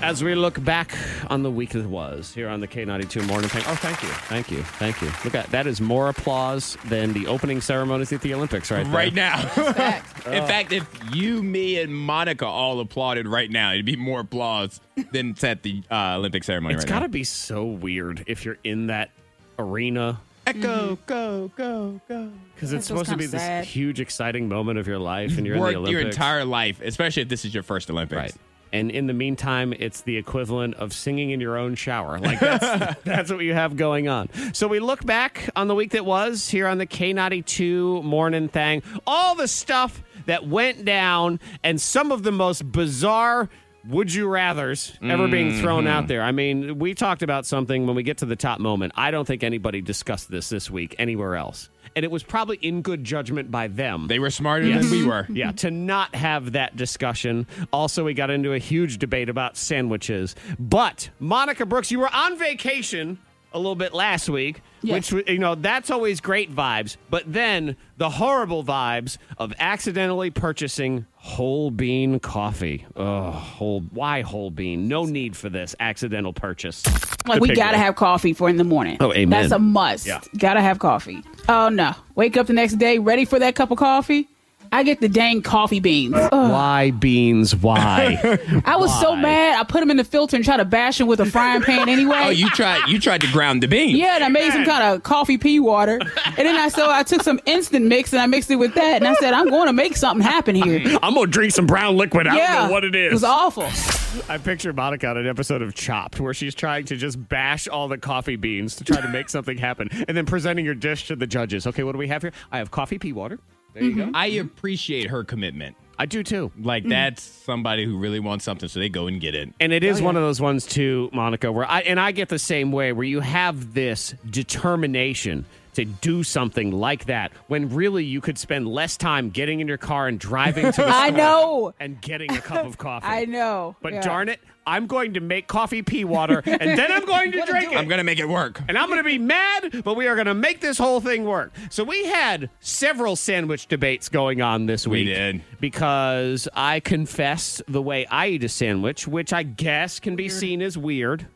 As we look back on the week that was here on the K92 morning thing. Oh, thank you. Thank you. Thank you. Look at that is more applause than the opening ceremonies at the Olympics right there. right now. Facts. In fact, if you, me, and Monica all applauded right now, it'd be more applause than it's at the uh, Olympic ceremony It's right got to now. be so weird if you're in that arena Echo, Mm-hmm. go, go, go. because it's That feels supposed to be kinda this sad. huge, exciting moment of your life, and you're Work in the your Olympics. entire life, especially if this is your first Olympics. right. And in the meantime, it's the equivalent of singing in your own shower. Like that's that's what you have going on. So we look back on the week that was here on the K92 morning thing. All the stuff that went down and some of the most bizarre would you rathers ever being thrown out there. I mean, we talked about something when we get to the top moment. I don't think anybody discussed this this week anywhere else. And it was probably in good judgment by them They were smarter Yes. than we were. yeah, to not have that discussion. Also, we got into a huge debate about sandwiches. But Monica Brooks, you were on vacation a little bit last week, Yes. which you know that's always great vibes. But then the horrible vibes of accidentally purchasing whole bean coffee. Oh, whole why whole bean? No need for this accidental purchase. Like The we pig gotta one. have coffee for in the morning. Oh, amen. That's a must. Yeah. Gotta have coffee. Oh no! Wake up the next day ready for that cup of coffee. I get the dang coffee beans. Ugh. Why beans? Why? I was so Why? mad. I put them in the filter and tried to bash them with a frying pan anyway. Oh, you tried. You tried to ground the bean. Yeah, and I made some kind of coffee pea water, and then I so I took some instant mix and I mixed it with that, and I said I'm going to make something happen here. I'm gonna drink some brown liquid. I yeah, don't know what it is. It was awful. I picture Monica on an episode of Chopped where she's trying to just bash all the coffee beans to try to make something happen and then presenting your dish to the judges. Okay, what do we have here? I have coffee pea water. There you go. I appreciate her commitment. I do too. Like that's somebody who really wants something, so they go and get it. And it is one of those ones too, Monica, where I and I get the same way where you have this determination to do something like that when really you could spend less time getting in your car and driving to the I store know. and getting a cup of coffee. I know. But Yeah. darn it, I'm going to make coffee pea water and then I'm going to Gotta drink do it. I'm gonna make it work. and I'm going to be mad, but we are going to make this whole thing work. So we had several sandwich debates going on this We week. did. Because I confessed the way I eat a sandwich, which I guess can be seen as weird,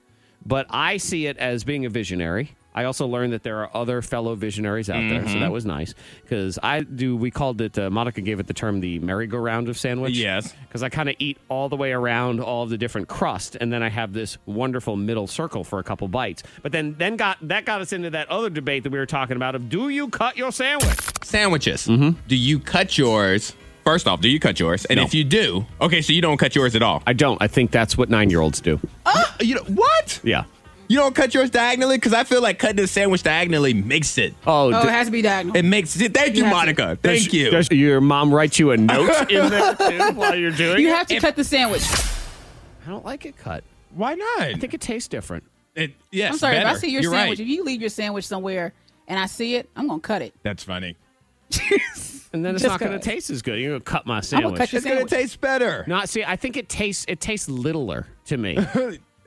but I see it as being a visionary. I also learned that there are other fellow visionaries out there, so that was nice. Because I do, we called it, uh, Monica gave it the term the merry-go-round of sandwich Yes. because I kind of eat all the way around all of the different crust, and then I have this wonderful middle circle for a couple bites. But then, then got that got us into that other debate that we were talking about of do you cut your sandwich? Sandwiches. Do you cut yours? First off, do you cut yours? And Mm-hmm. No. if you do, okay, so you don't cut yours at all. I don't. I think that's what nine year olds do. you know what? Yeah. You don't cut yours diagonally because I feel like cutting a sandwich diagonally makes it. Oh, Oh, d- it has to be diagonal. It makes it. Thank you, You have to- Monica. does- Thank you. does your mom write you a note in there too while you're doing you it? have to cut the sandwich. I don't like it cut. Why not? I think it tastes different. it, yes. I'm sorry if I better. see your You're sandwich. Right. If you leave your sandwich somewhere and I see it, I'm gonna cut it. That's funny. And then it's Just not going cut to it. taste as good. You're going to cut my I'm sandwich. gonna cut your It's gonna sandwich. taste better. no, see, I think it tastes it tastes littler to me.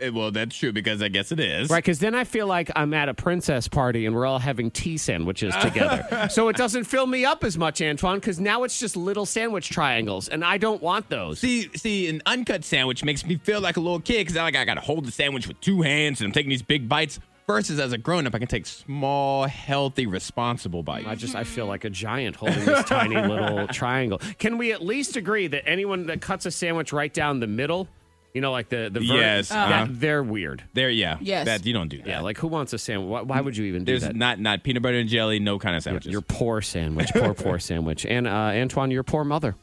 Eh, Well, that's true because I guess it is. Right, because then I feel like I'm at a princess party and we're all having tea sandwiches together. so it doesn't fill me up as much, Antoine, because now it's just little sandwich triangles, and I don't want those. See, see, an uncut sandwich makes me feel like a little kid because like I gotta hold the sandwich with two hands and I'm taking these big bites. Versus as a grown up, I can take small, healthy, responsible bites. I just I feel like a giant holding this tiny little triangle. Can we at least agree that anyone that cuts a sandwich right down the middle, you know, like the the verti- Yes, that- uh-huh. they're weird. there, yeah. Yes. That you don't do that. Yeah, like who wants a sandwich? Why, why would you even do There's that? not not peanut butter and jelly, no kind of sandwiches. Your poor sandwich, poor poor sandwich, and uh, Antoine, your poor mother,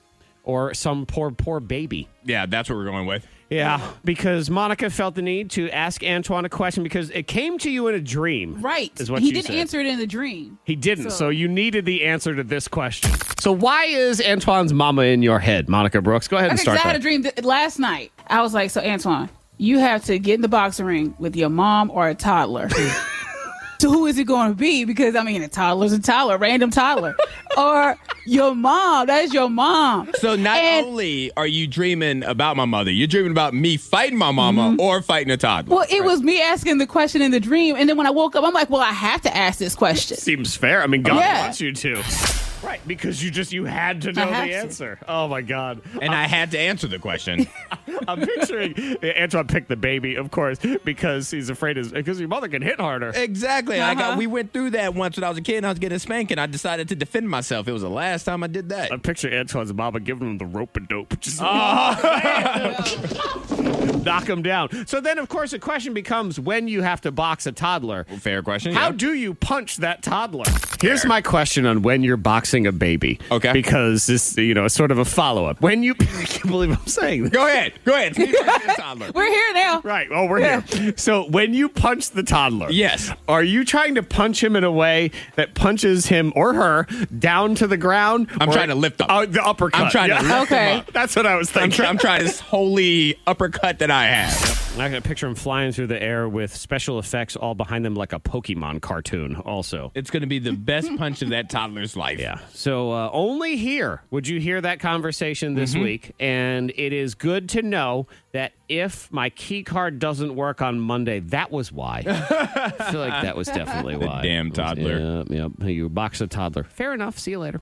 or some poor poor baby. yeah, that's what we're going with. Yeah, because Monica felt the need to ask Antoine a question because it came to you in a dream. Right. Is what he she didn't said. answer it in the dream. He didn't. So. So- you needed the answer to this question. So why is Antoine's mama in your head, Monica Brooks? Go ahead and Okay, start. 'cause I had that. a dream th- last night. I was like, so Antoine, you have to get in the boxing ring with your mom or a toddler. so who is it going to be? Because I mean, a toddler's a toddler, random toddler, or your mom. That's your mom. So not And- only are you dreaming about my mother, you're dreaming about me fighting my mama or fighting a toddler. Well, it was me asking the question in the dream, and then when I woke up, I'm like, well, I have to ask this question. Seems fair. I mean, God Yeah. wants you to. Right, because you just you had to know had the to. answer. Oh my god. And I had to answer the question. I'm picturing Antoine picked the baby, of course, because he's afraid his because your mother can hit harder. exactly. Like I, Uh-huh. we went through that once when I was a kid and I was getting spanked and I decided to defend myself. It was the last time I did that. I picture Antoine's mama giving him the rope and dope. Just Oh. Uh-huh. knock him down. So then, of course, the question becomes when you have to box a toddler. Fair question. How yeah. do you punch that toddler? Here's my question on when you're boxing a baby. Okay. Because this, you know, is sort of a follow up. When you, I can't believe I'm saying this. Go ahead. Go ahead. It's me versus the toddler. We're here now. Right. Oh, we're here. So when you punch the toddler, Yes. are you trying to punch him in a way that punches him or her down to the ground? I'm or- trying to lift them. Oh, the uppercut. I'm trying to Yeah. lift them Okay. up. That's what I was I'm, thinking. try- I'm trying this holy uppercut that I have. I can picture him flying through the air with special effects all behind them like a Pokemon cartoon. Also. It's going to be the best punch of that toddler's life. Yeah. So uh, only here would you hear that conversation this Mm-hmm. week. And it is good to know that if my key card doesn't work on Monday, that was why. I feel like that was definitely why. damn toddler. Yep, yep. You box a toddler. Fair enough. See you later.